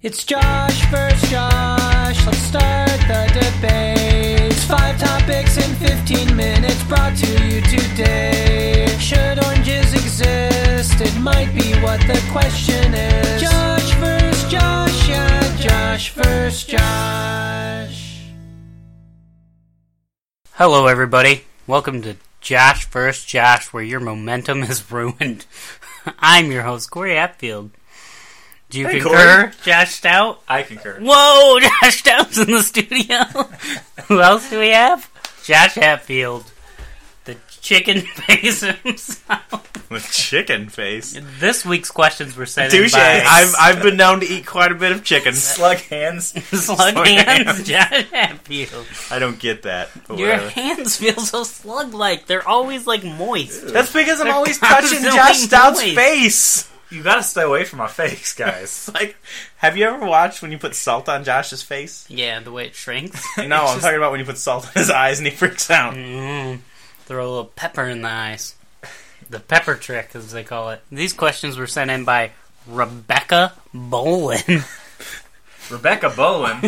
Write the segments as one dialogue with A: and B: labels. A: It's Josh versus Josh. Let's start the debate. Five topics in 15 minutes brought to you today. Should oranges exist? It might be what the question is. Josh versus Josh, yeah. Josh versus Josh.
B: Hello, everybody. Welcome to Josh First Josh, where your momentum is ruined. I'm your host, Corey Atfield. Do you
C: Hey,
B: concur,
C: Corey.
B: Josh Stout?
C: I concur.
B: Whoa, Josh Stout's in the studio. Who else do we have? Josh Hatfield, the chicken face himself.
C: With chicken face.
B: This week's questions were sent
D: Touche.
B: in by
D: I've, I've been known to eat quite a bit of chicken.
C: Slug hands.
B: slug
D: Slug
B: hands, Josh Hatfield.
D: I don't get that. But
B: Your
D: whatever.
B: hands feel so slug-like. They're always like moist.
D: That's because I'm always touching
B: constantly
D: Josh Stout's
B: moist.
D: face.
C: You gotta stay away from my face, guys.
D: Like, have you ever watched when you put salt on Josh's face?
B: Yeah, the way it shrinks.
D: No, I'm talking about when you put salt on his eyes and he freaks out.
B: Mm, throw a little pepper in the eyes. The pepper trick, as they call it. These questions were sent in by Rebecca Bolin.
C: Rebecca Bolin.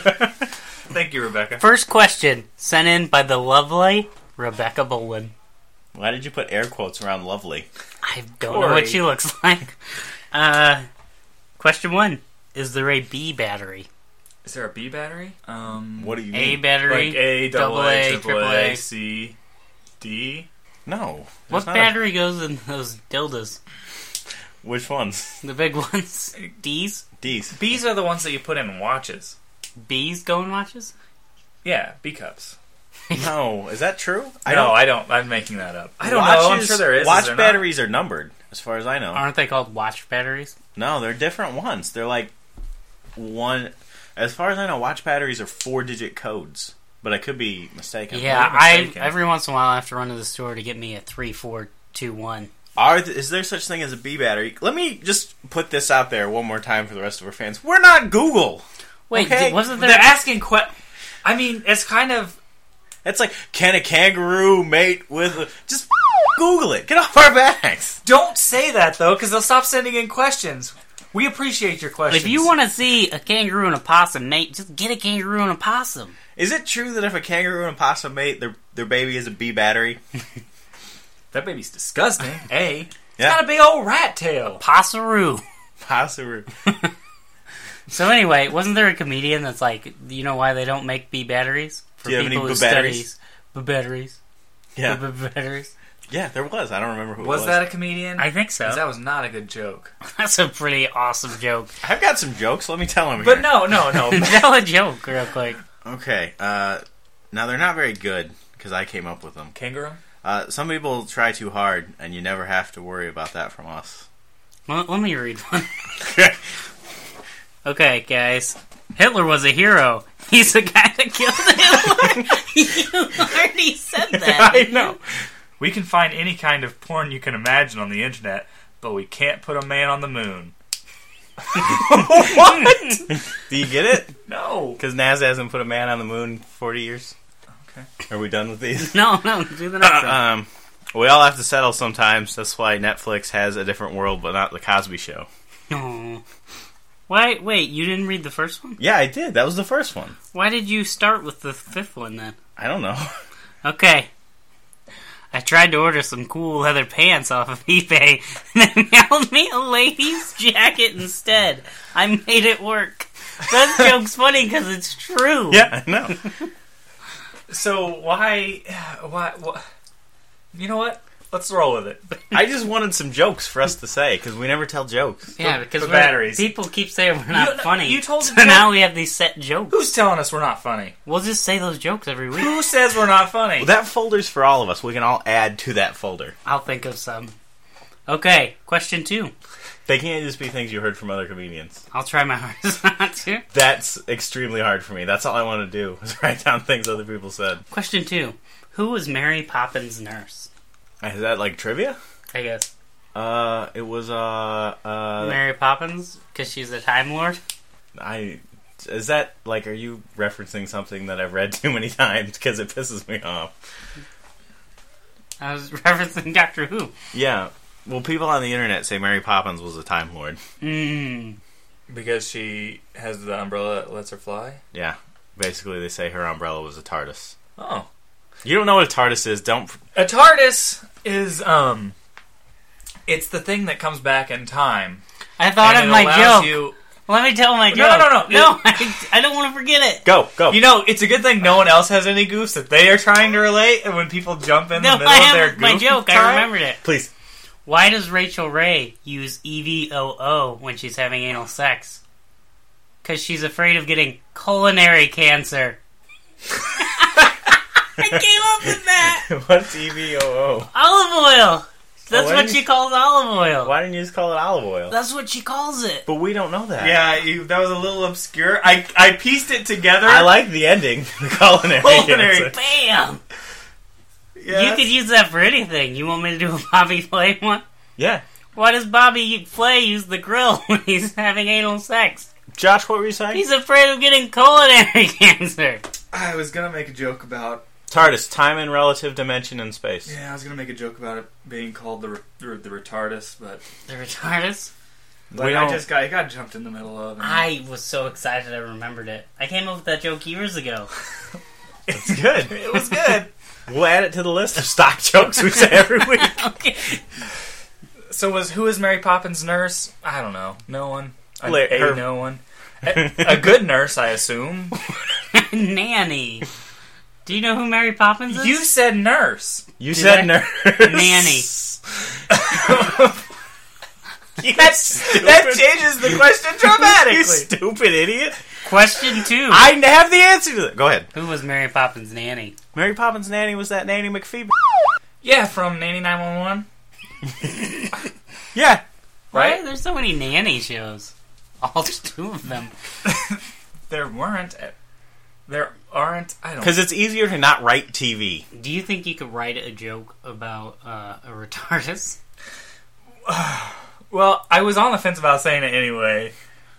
C: Thank you, Rebecca.
B: First question sent in by the lovely Rebecca Bolin.
D: Why did you put air quotes around lovely?
B: I don't know
C: Corey.
B: what she looks like. Uh, question one Is there a B battery?
C: Is there a B battery? Um,
D: What do you
B: A
D: mean?
B: battery?
C: like A, double
B: double
C: A,
B: A,
C: triple
B: triple
C: A,
B: A.
C: C, D?
D: No.
B: What
D: There's not a-
B: battery goes in those dildos?
D: Which ones?
B: The big ones? D's?
D: D's.
C: B's are the ones that you put in watches.
B: B's going watches?
C: Yeah, B cups.
D: No. Is that true?
C: I no, I don't. I'm making that up. I don't know. I'm
D: watches-
C: sure there is. is
D: Watch
C: there not?
D: batteries are numbered, as far as I know.
B: Aren't they called watch batteries?
D: No, they're different ones. They're like one. As far as I know, watch batteries are four digit codes, but I could be mistaken.
B: Yeah,
C: you're
B: I
C: mistaken.
B: every once in a while I have to run to the store to get me a three four two one.
D: Are th- is there such thing as a B battery? Let me just put this out there one more time for the rest of our fans. We're not Google.
B: Wait,
D: Okay,
B: did- wasn't
C: They're
B: there?
C: asking que. I mean, it's kind of.
D: It's like can a kangaroo mate with a- just Google it. Get off our backs.
C: Don't say that though, because they'll stop sending in questions. We appreciate your questions.
B: if you want to see a kangaroo and a possum, mate, just get a kangaroo and a possum.
D: Is it true that if a kangaroo and a possum mate, their their baby is a B battery?
C: that baby's disgusting. A, it's
D: Yeah.
C: got a big old rat tail.
B: Possaroo.
D: Possum.
B: So anyway, wasn't there a comedian that's like, you know why they don't make B batteries for
D: Do you have any
B: people
D: B batteries?
B: B batteries, B
D: Yeah,
B: batteries.
D: yeah. There was. I don't remember who it
C: Was
D: was.
C: that a comedian?
B: I think so.
C: 'Cause That was not a good joke.
B: That's a pretty awesome joke.
D: I've got some jokes. Let me tell them.
C: But no, no, no.
B: Tell a joke real quick.
D: Okay. Uh, now they're not very good because I came up with them.
C: Kangaroo?
D: Uh, some people try too hard, and you never have to worry about that from us.
B: Well, let me read one. Okay, guys. Hitler was a hero. He's the guy that killed Hitler. you already said that.
C: I know. We can find any kind of porn you can imagine on the internet, but we can't put a man on the moon.
D: what? Do you get it?
C: No.
D: Because NASA hasn't put a man on the moon in forty years.
C: Okay.
D: Are we done with these?
B: No, no, do the next one.
D: um, we all have to settle sometimes. That's why Netflix has a different world, but not the Cosby Show.
C: Uh-uh.
B: No. Why? Wait, you didn't read the first one?
D: Yeah, I did. That was the first one.
B: Why did you start with the fifth one then?
D: I don't know.
B: Okay. I tried to order some cool leather pants off of eBay, and they mailed me a lady's jacket instead. I made it work. That joke's funny because it's true.
D: yeah, I know.
C: So why, why, why? You know what? Let's roll with it.
D: I just wanted some jokes for us to say because we never tell jokes.
B: Yeah,
C: For-
B: because
C: for
B: we're-
C: batteries.
B: people keep saying we're not
C: You-
B: funny.
C: you told
B: so
C: me-
B: now we have these set jokes.
C: Who's telling us we're not funny?
B: We'll just say those jokes every week.
C: Who says we're not funny?
D: Well, that folder's for all of us. We can all add to that folder.
B: I'll think of some. Okay, question two.
D: They can't just be things you heard from other comedians.
B: I'll try my hardest not to.
D: That's extremely hard for me. That's all I want to do is write down things other people said.
B: Question two. Who was Mary Poppins' nurse?
D: Is that like trivia?
B: I guess
D: Uh, it was uh, uh,
B: Mary Poppins because she's a Time Lord.
D: I. Is that like? Are you referencing something that I've read too many times because it pisses me off?
B: I was referencing Doctor Who.
D: Yeah. Well, people on the internet say Mary Poppins was a Time Lord.
B: Mm.
C: because she has the umbrella that lets her fly.
D: Yeah. Basically, they say her umbrella was a TARDIS.
C: Oh,
D: You don't know what a TARDIS is. Don't.
C: a TARDIS is um, it's the thing that comes back in time.
B: I thought
C: and
B: of
C: it
B: my
C: allows
B: joke.
C: You,
B: Let me tell my joke.
C: No, no, no, no.
B: No, I, I don't want to forget it.
D: Go, go.
C: you know, it's a good thing no one else has any goofs that they are trying to relate. And when people jump in
B: No,
C: the middle
B: I
C: of their
B: have
C: goof
B: my joke.
C: time-
B: I remembered it.
D: Please.
B: Why does Rachel Ray use E EVOO when she's having anal sex? Because she's afraid of getting culinary cancer. I came up with that!
D: What's EVOO?
B: Olive oil! That's
D: Why
B: what
D: didn't
B: she
D: you-
B: calls olive oil.
D: Why didn't you just call it olive oil?
B: That's what she calls it.
D: But we don't know that.
C: Yeah, you, that was a little obscure. I I pieced it together.
D: I like the ending. The culinary.
C: Culinary.
D: answer.
B: Bam! You
C: Yes.
B: could use that for anything. You want me to do a Bobby Flay one?
D: Yeah.
B: Why does Bobby Flay use the grill when he's having anal sex?
D: Josh, what were you saying?
B: He's afraid of getting culinary cancer.
C: I was gonna make a joke about
D: TARDIS, time and relative dimension and space.
C: Yeah, I was gonna make a joke about it being called the re- the, the retardus, but
B: The retardus.
C: like,
D: We
C: I
D: don't-
C: just got it got jumped in the middle of. And
B: I was so excited I remembered it. I came up with that joke years ago.
D: It's good.
C: it was good.
D: We'll add it to the list of stock jokes we say every week.
B: okay.
C: so was who is Mary Poppins' nurse? I don't know. No one. I,
D: Like,
C: a
D: her-
C: no one. A, a good nurse, I assume.
B: Nanny. Do you know who Mary Poppins is?
C: You said nurse.
D: You said
B: I-
D: nurse.
B: Nanny.
D: Yes.
C: That changes the question
D: you
C: dramatically.
D: stupid idiot.
B: Question two.
D: I have the answer to that. Go ahead.
B: Who was Mary Poppins' nanny?
D: Mary Poppins' nanny was that nanny McPhee.
C: yeah, from Nanny Nine One One,
D: Yeah.
B: Why?
C: right?
B: There's so many nanny shows. All two of them.
C: There weren't. uh, There aren't. I don't.
D: Because it's easier to not write TV.
B: Do you think you could write a joke about uh, a retardus?
C: Well, I was on the fence about saying it anyway.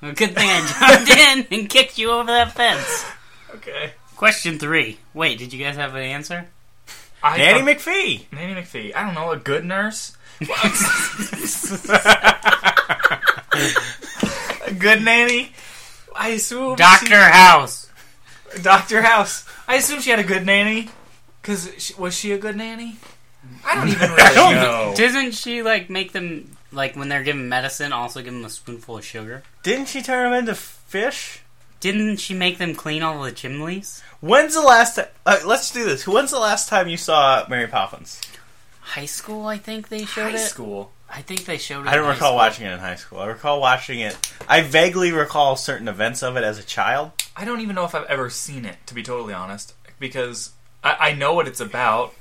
B: Well, Good thing I jumped in and kicked you over that fence.
C: Okay.
B: Question three. Wait, did you guys have an answer?
C: I
D: Nanny
C: thought-
D: McPhee.
C: Nanny McPhee. I don't know. A good nurse. a good nanny. I assume
B: Doctor House.
C: she- Doctor House. I assume she had a good nanny. Cause she, was she a good nanny? I don't even really
D: don't
C: know.
D: know.
B: Doesn't she like make them like when they're given medicine, also give them a spoonful of sugar?
D: Didn't she turn him into fish?
B: Didn't she make them clean all the chimneys?
D: When's the last time? Uh, let's do this. When's the last time you saw Mary Poppins?
B: High school, I think they showed
C: High
B: it.
C: school.
B: I think they showed it.
D: I don't
B: in high
D: recall
B: school.
D: watching it in high school. I recall watching it. I vaguely recall certain events of it as a child.
C: I don't even know if I've ever seen it. To be totally honest, because I, I know what it's about.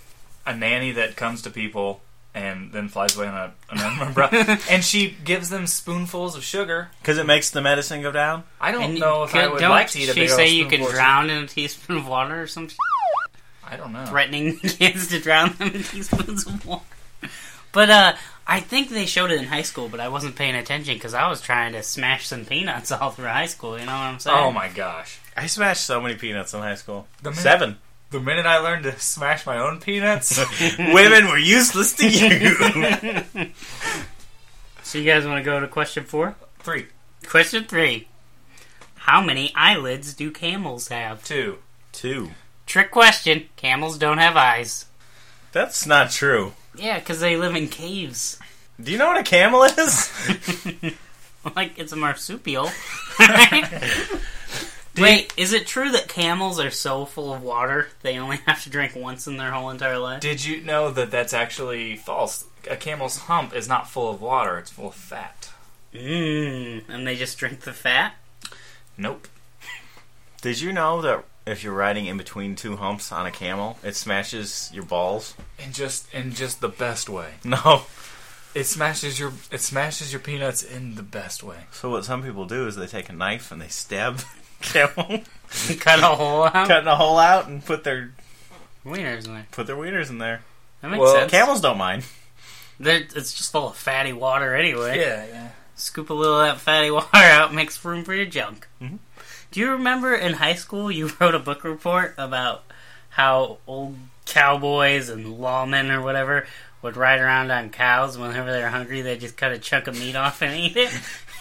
C: A nanny that comes to people and then flies away on a, on an umbrella, and she gives them spoonfuls of sugar.
D: Because it makes the medicine go down.
C: I don't
B: And
C: know if I
B: could-
C: would
B: don't
C: like to eat a
B: she
C: big old
B: say you can
C: spoonful of-
B: drown in a teaspoon of water or some sh-
C: I don't know.
B: threatening kids to drown them in teaspoons of water? But uh, I think they showed it in high school, but I wasn't paying attention because I was trying to smash some peanuts all through high school. You know what I'm saying?
C: Oh my gosh.
D: I smashed so many peanuts in high school.
C: The minute-
D: Seven.
C: The minute I learned to smash my own peanuts,
D: Women were useless to you.
B: So you guys want to go to question four?
C: three,
B: Question three. How many eyelids do camels have?
C: two.
D: Two.
B: Trick question. Camels don't have eyes.
D: That's not true.
B: Yeah, because they live in caves.
D: Do you know what a camel is?
B: Like, it's a marsupial. Wait, is it true that camels are so full of water they only have to drink once in their whole entire life?
C: Did you know that that's actually false? A camel's hump is not full of water; it's full of fat.
B: Mmm, and they just drink the fat?
C: Nope.
D: Did you know that if you're riding in between two humps on a camel, it smashes your balls?
C: In just in just the best way.
D: No.
C: It smashes your it smashes your peanuts in the best way.
D: So what some people do is they take a knife and they stab camel,
B: Cut a hole out?
D: cutting a hole out and put their
B: Wieners in there.
D: put their wieners in there.
B: That makes
C: Well,
B: sense.
D: Camels don't mind.
B: They're, it's just full of fatty water anyway.
C: Yeah, yeah.
B: scoop a little of that fatty water out, makes room for your junk. Do you remember in high school you wrote a book report about how old cowboys and lawmen or whatever would ride around on cows whenever they were hungry? They just cut a chunk of meat off and eat it.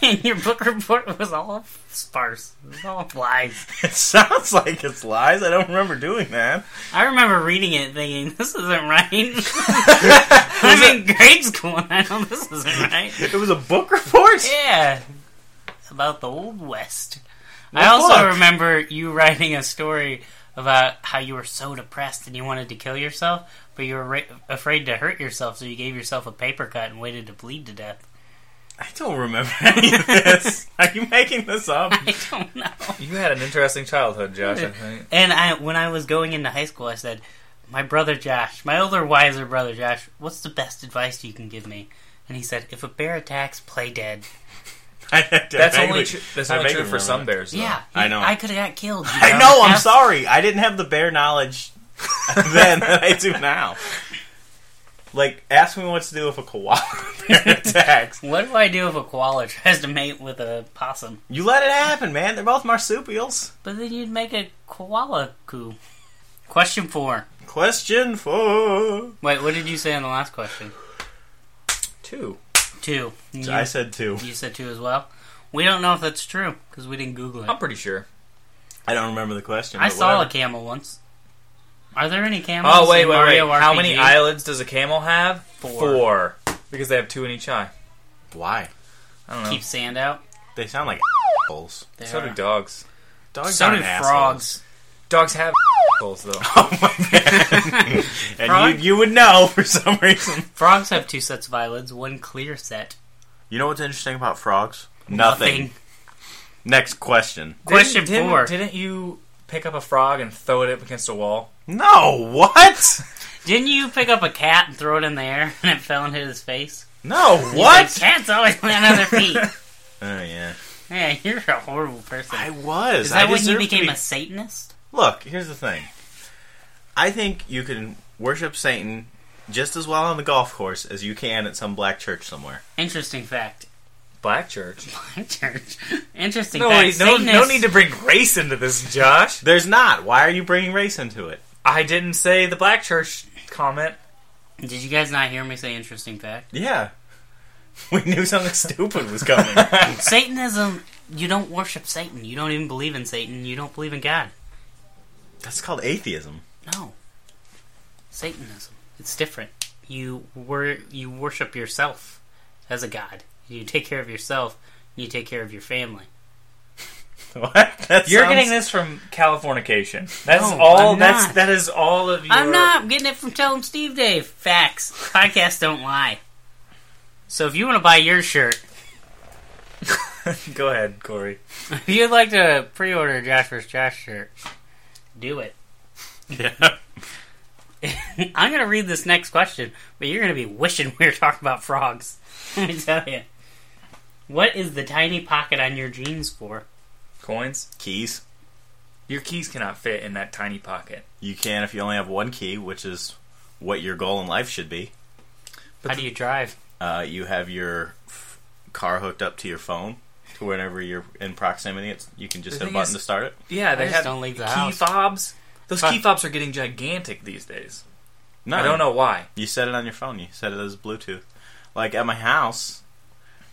B: and your book report was all sparse. It was all lies.
D: It sounds like it's lies. I don't remember doing that.
B: I remember reading it thinking, this isn't right. I'm in grade school and I know this isn't right.
D: It was a book report.
B: Yeah. About the Old West. I also
D: book?
B: remember you writing a story about how you were so depressed and you wanted to kill yourself, but you were ra- afraid to hurt yourself, so you gave yourself a paper cut and waited to bleed to death.
D: I don't remember any of this. Are you making this up?
B: I don't know.
C: You had an interesting childhood, Josh. I think.
B: And I, when I was going into high school, I said, "My brother Josh, my older, wiser brother Josh, what's the best advice you can give me?" And he said, "If a bear attacks, play dead."
C: That's only tr- that's
D: I
C: only
D: vaguely
C: true for
D: remember
C: some
D: that.
C: bears. though.
B: yeah,
D: I know.
B: I could have got killed. you
D: I know. I'm
B: Ab-
D: sorry. I didn't have the bare knowledge then that I do now. Like, ask me what to do if a koala bear attacks.
B: What do I do if a koala tries to mate with a possum?
D: You let it happen, man. They're both marsupials.
B: But then you'd make a koala coup. Question four.
D: Question four.
B: Wait, what did you say on the last question?
C: two.
B: Two. You,
D: I said two.
B: you said two as well. We don't know if that's true because we didn't Google it.
C: I'm pretty sure.
D: I don't remember the question.
B: I
D: but
B: saw a
D: whatever.
B: camel once. Are there any camels?
C: Oh wait,
B: in
C: wait, wait.
B: Mario
C: How many
B: RPG?
C: eyelids does a camel have?
B: Four.
C: Four. Because they have two in each eye.
D: Why?
C: I don't know.
B: Keep sand out.
D: They sound like assholes.
B: They
C: so do
B: are.
C: dogs.
D: Dogs
B: So
D: aren't
B: do
D: assholes.
B: frogs.
C: Dogs have holes though.
D: Oh my god. and
B: Frogs?
D: you, you would know for some reason.
B: Frogs have two sets of eyelids, one clear set.
D: You know what's interesting about frogs? Nothing. Next question.
B: Question
C: didn't,
B: four.
C: Didn't, didn't you pick up a frog and throw it up against a wall?
D: No, what?
B: Didn't you pick up a cat and throw it in the air and it fell and hit his face?
D: No,
B: Like, Cats always land on their feet.
D: Oh yeah,
B: yeah, you're a horrible person.
D: I was.
B: Is that
D: I
B: when you
D: deserve to
B: became
D: be-
B: a Satanist?
D: Look, here's the thing. I think you can worship Satan just as well on the golf course as you can at some black church somewhere.
B: Interesting fact.
C: Black church.
B: My church. Interesting
C: No,
B: fact.
C: wait, no, no
B: Satanists-
C: need to bring race into this, Josh.
D: There's not. Why are you bringing race into it?
C: I didn't say the black church comment.
B: Did you guys not hear me say interesting fact?
D: Yeah, we knew something stupid was coming.
B: Satanism. You don't worship Satan. You don't even believe in Satan. You don't believe in God.
D: That's called atheism.
B: No. Satanism. It's different. You wor- you worship yourself as a god. You take care of yourself. And you take care of your family.
D: What? That
C: You're
D: sounds-
C: getting this from Californication. That's
B: No,
C: all.
B: I'm
C: that's
B: not.
C: that is all of your.
B: I'm not getting it from Tell 'em Steve Dave. Facts. Podcasts don't lie. So if you want to buy your shirt,
C: Go ahead, Corey.
B: if you'd like to pre-order a Josh vs. Josh shirt, do it.
D: Yeah.
B: I'm gonna read this next question, but you're gonna be wishing we were talking about frogs. Let me tell you. What is the tiny pocket on your jeans for?
C: Coins.
D: Keys.
C: Your keys cannot fit in that tiny pocket.
D: You can if you only have one key, which is what your goal in life should be.
B: How do you drive?
D: Uh, you have your f- car hooked up to your phone to whenever you're in proximity. It's, you can just
C: The
D: hit a
C: thing
D: button
C: is-
D: to start it.
C: Yeah, they
B: just
C: have
B: don't leave the
C: key
B: house.
C: fobs. Those
B: Huh.
C: key fobs are getting gigantic these days.
D: No,
C: I don't know why.
D: You set it on your phone. You set it as Bluetooth. Like at my house,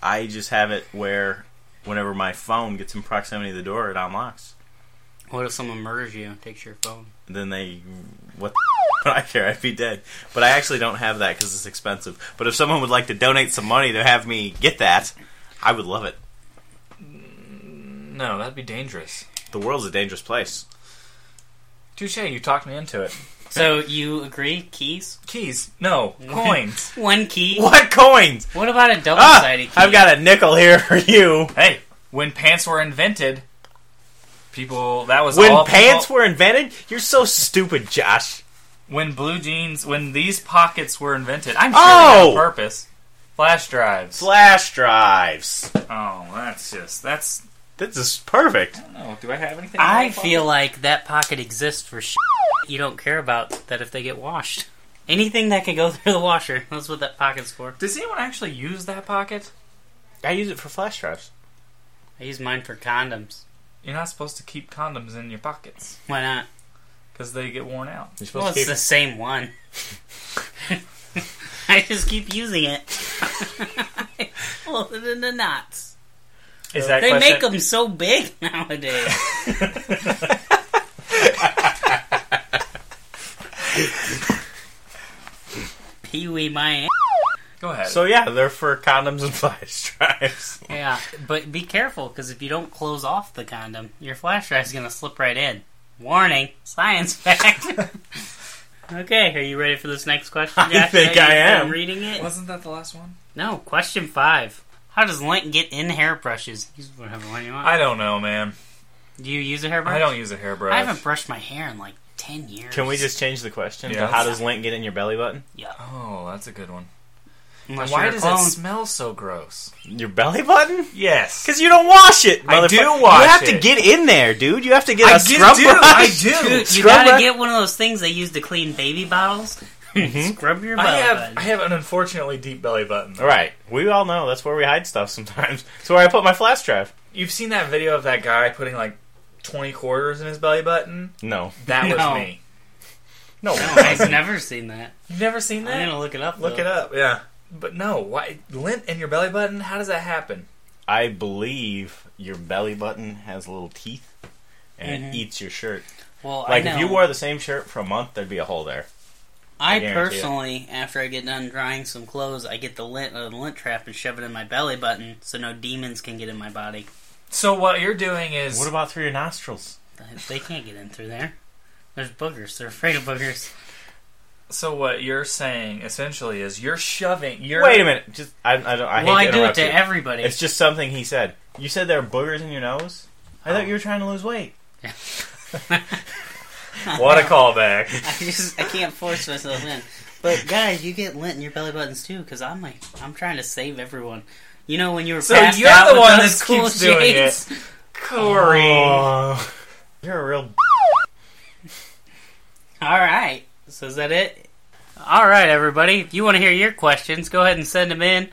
D: I just have it where whenever my phone gets in proximity to the door, it unlocks.
B: What if someone murders you and takes your phone?
D: Then they, what? The I care. I'd be dead. But I actually don't have that because it's expensive. But if someone would like to donate some money to have me get that, I would love it.
C: No, that'd be dangerous.
D: The world's a dangerous place.
C: Touche, you talked me into it.
B: So you agree? Keys?
C: Keys. No, coins.
B: One key?
D: What coins?
B: What about a
D: Ah,
B: double-sided key?
D: I've got a nickel here for you.
C: hey, when pants were invented, people that was all
D: When pants
C: people-
D: were invented, you're so stupid, Josh.
C: when blue jeans when these pockets were invented. I'm sure
D: Oh!
C: they had a purpose. Flash drives.
D: Flash drives.
C: oh, that's just that's.
D: This is perfect.
C: No, do I have anything?
B: I feel like that pocket exists for sh- you don't care about that if they get washed. Anything that could go through the washer, that's what that pocket's for.
C: Does anyone actually use that pocket?
D: I use it for flash drives.
B: I use mine for condoms.
C: You're not supposed to keep condoms in your pockets
B: Why not?
C: because they get worn out.
D: You're supposed
B: Well, it's the same one. I just keep using it. well, the, the knots.
C: Is that
B: They
C: question?
B: make them so big nowadays. Pee wee my ass.
C: Go ahead.
D: So yeah, they're for condoms and flash drives.
B: Yeah, but be careful because if you don't close off the condom, your flash drive's gonna slip right in. Warning, science fact. okay, are you ready for this next question?
D: I
B: Josh?
D: think
B: Are you
D: I am.
B: done Reading it.
C: wasn't that the last one?
B: No, question five. How does lint get in hairbrushes? Use whatever one you want.
C: I don't know, man.
B: Do you use a hairbrush?
C: I don't use a hairbrush.
B: I haven't brushed my hair in like ten years.
D: Can we just change the question?
C: Yeah.
D: to How does lint get in your belly button?
B: Yeah.
C: Oh, that's a good one.
B: Unless
C: Why
B: you're a
C: does
B: clone.
C: it smell so gross?
D: Your belly button?
C: Yes.
D: Because you don't wash it.
C: I do
D: motherfucker.
C: wash
D: You have to
C: it.
D: get in there, dude. You have to get
C: I
D: a
C: do-
D: scrub
C: do.
D: brush.
C: I do.
B: Dude, you
D: Scrub
B: gotta
D: brush.
B: get one of those things they use to clean baby bottles. Scrub your butt.
C: Mm-hmm. I have I have an unfortunately deep belly button.
D: All right, we all know that's where we hide stuff sometimes. That's where I put my flash drive.
C: You've seen that video of that guy putting like twenty quarters in his belly button?
D: No,
C: That
B: No.
C: was me.
D: no.
B: No, I've never seen that.
C: You've never seen
B: I'm
C: that?
B: gonna look it up.
C: Look
B: though.
C: it up. Yeah. But no, why lint in your belly button? How does that happen?
D: I believe your belly button has little teeth, and
B: Mhm.
D: it eats your shirt.
B: Well,
D: Like
B: I know.
D: if you wore the same shirt for a month, there'd be a hole there.
B: I
D: guarantee it.
B: personally, after I get done drying some clothes, I get the lint uh, the lint trap and shove it in my belly button so no demons can get in my body.
C: So what you're doing is
D: What about through your nostrils?
B: They can't get in through there. There's boogers. They're afraid of boogers.
C: so what you're saying essentially is you're shoving you're
D: Wait a minute. Just I, I don't. I
B: well,
D: hate to
B: I do it
D: interrupt
B: to
D: you.
B: everybody.
D: It's just something he said. You said there are boogers in your nose. I thought you were trying to lose weight.
C: What a callback.
B: I just I can't force myself in. But guys, you get lint in your belly buttons too, because I'm like I'm trying to save everyone. You know when you were
C: So
B: passed
C: you're
B: out
C: the
B: with
C: one
B: those
C: that
B: cool
C: keeps doing it.
B: shades?
C: Corey.
D: Oh, you're a real.
B: All right. So is that it? All right, everybody. If you want to hear your questions, go ahead and send them in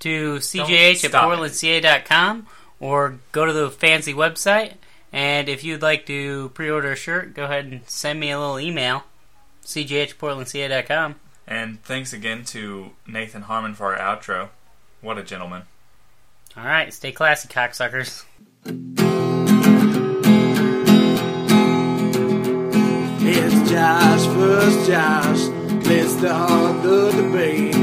B: to cjh at
C: stop it.
B: portlandca.com or go to the fancy website. And if you'd like to pre-order a shirt, go ahead and send me a little email, cjh at portlandca.com.
C: And thanks again to Nathan Harmon for our outro. What a gentleman.
B: All right, stay classy, cocksuckers.
E: It's Josh versus Josh. Let's start the debate.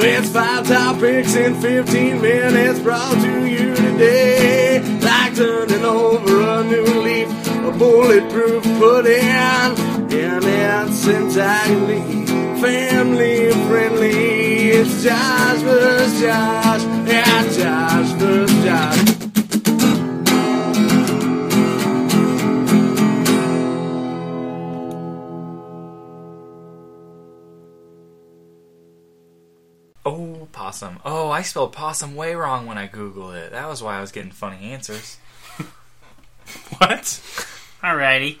E: It's five topics in 15 minutes brought to you today. Like turning over a new leaf, a bulletproof pudding, and it's entirely family friendly. It's Josh versus Josh. Yeah, Josh versus Josh.
C: Oh, possum. Oh, I spelled possum way wrong when I Googled it. That was why I was getting funny answers.
D: What?
B: All righty.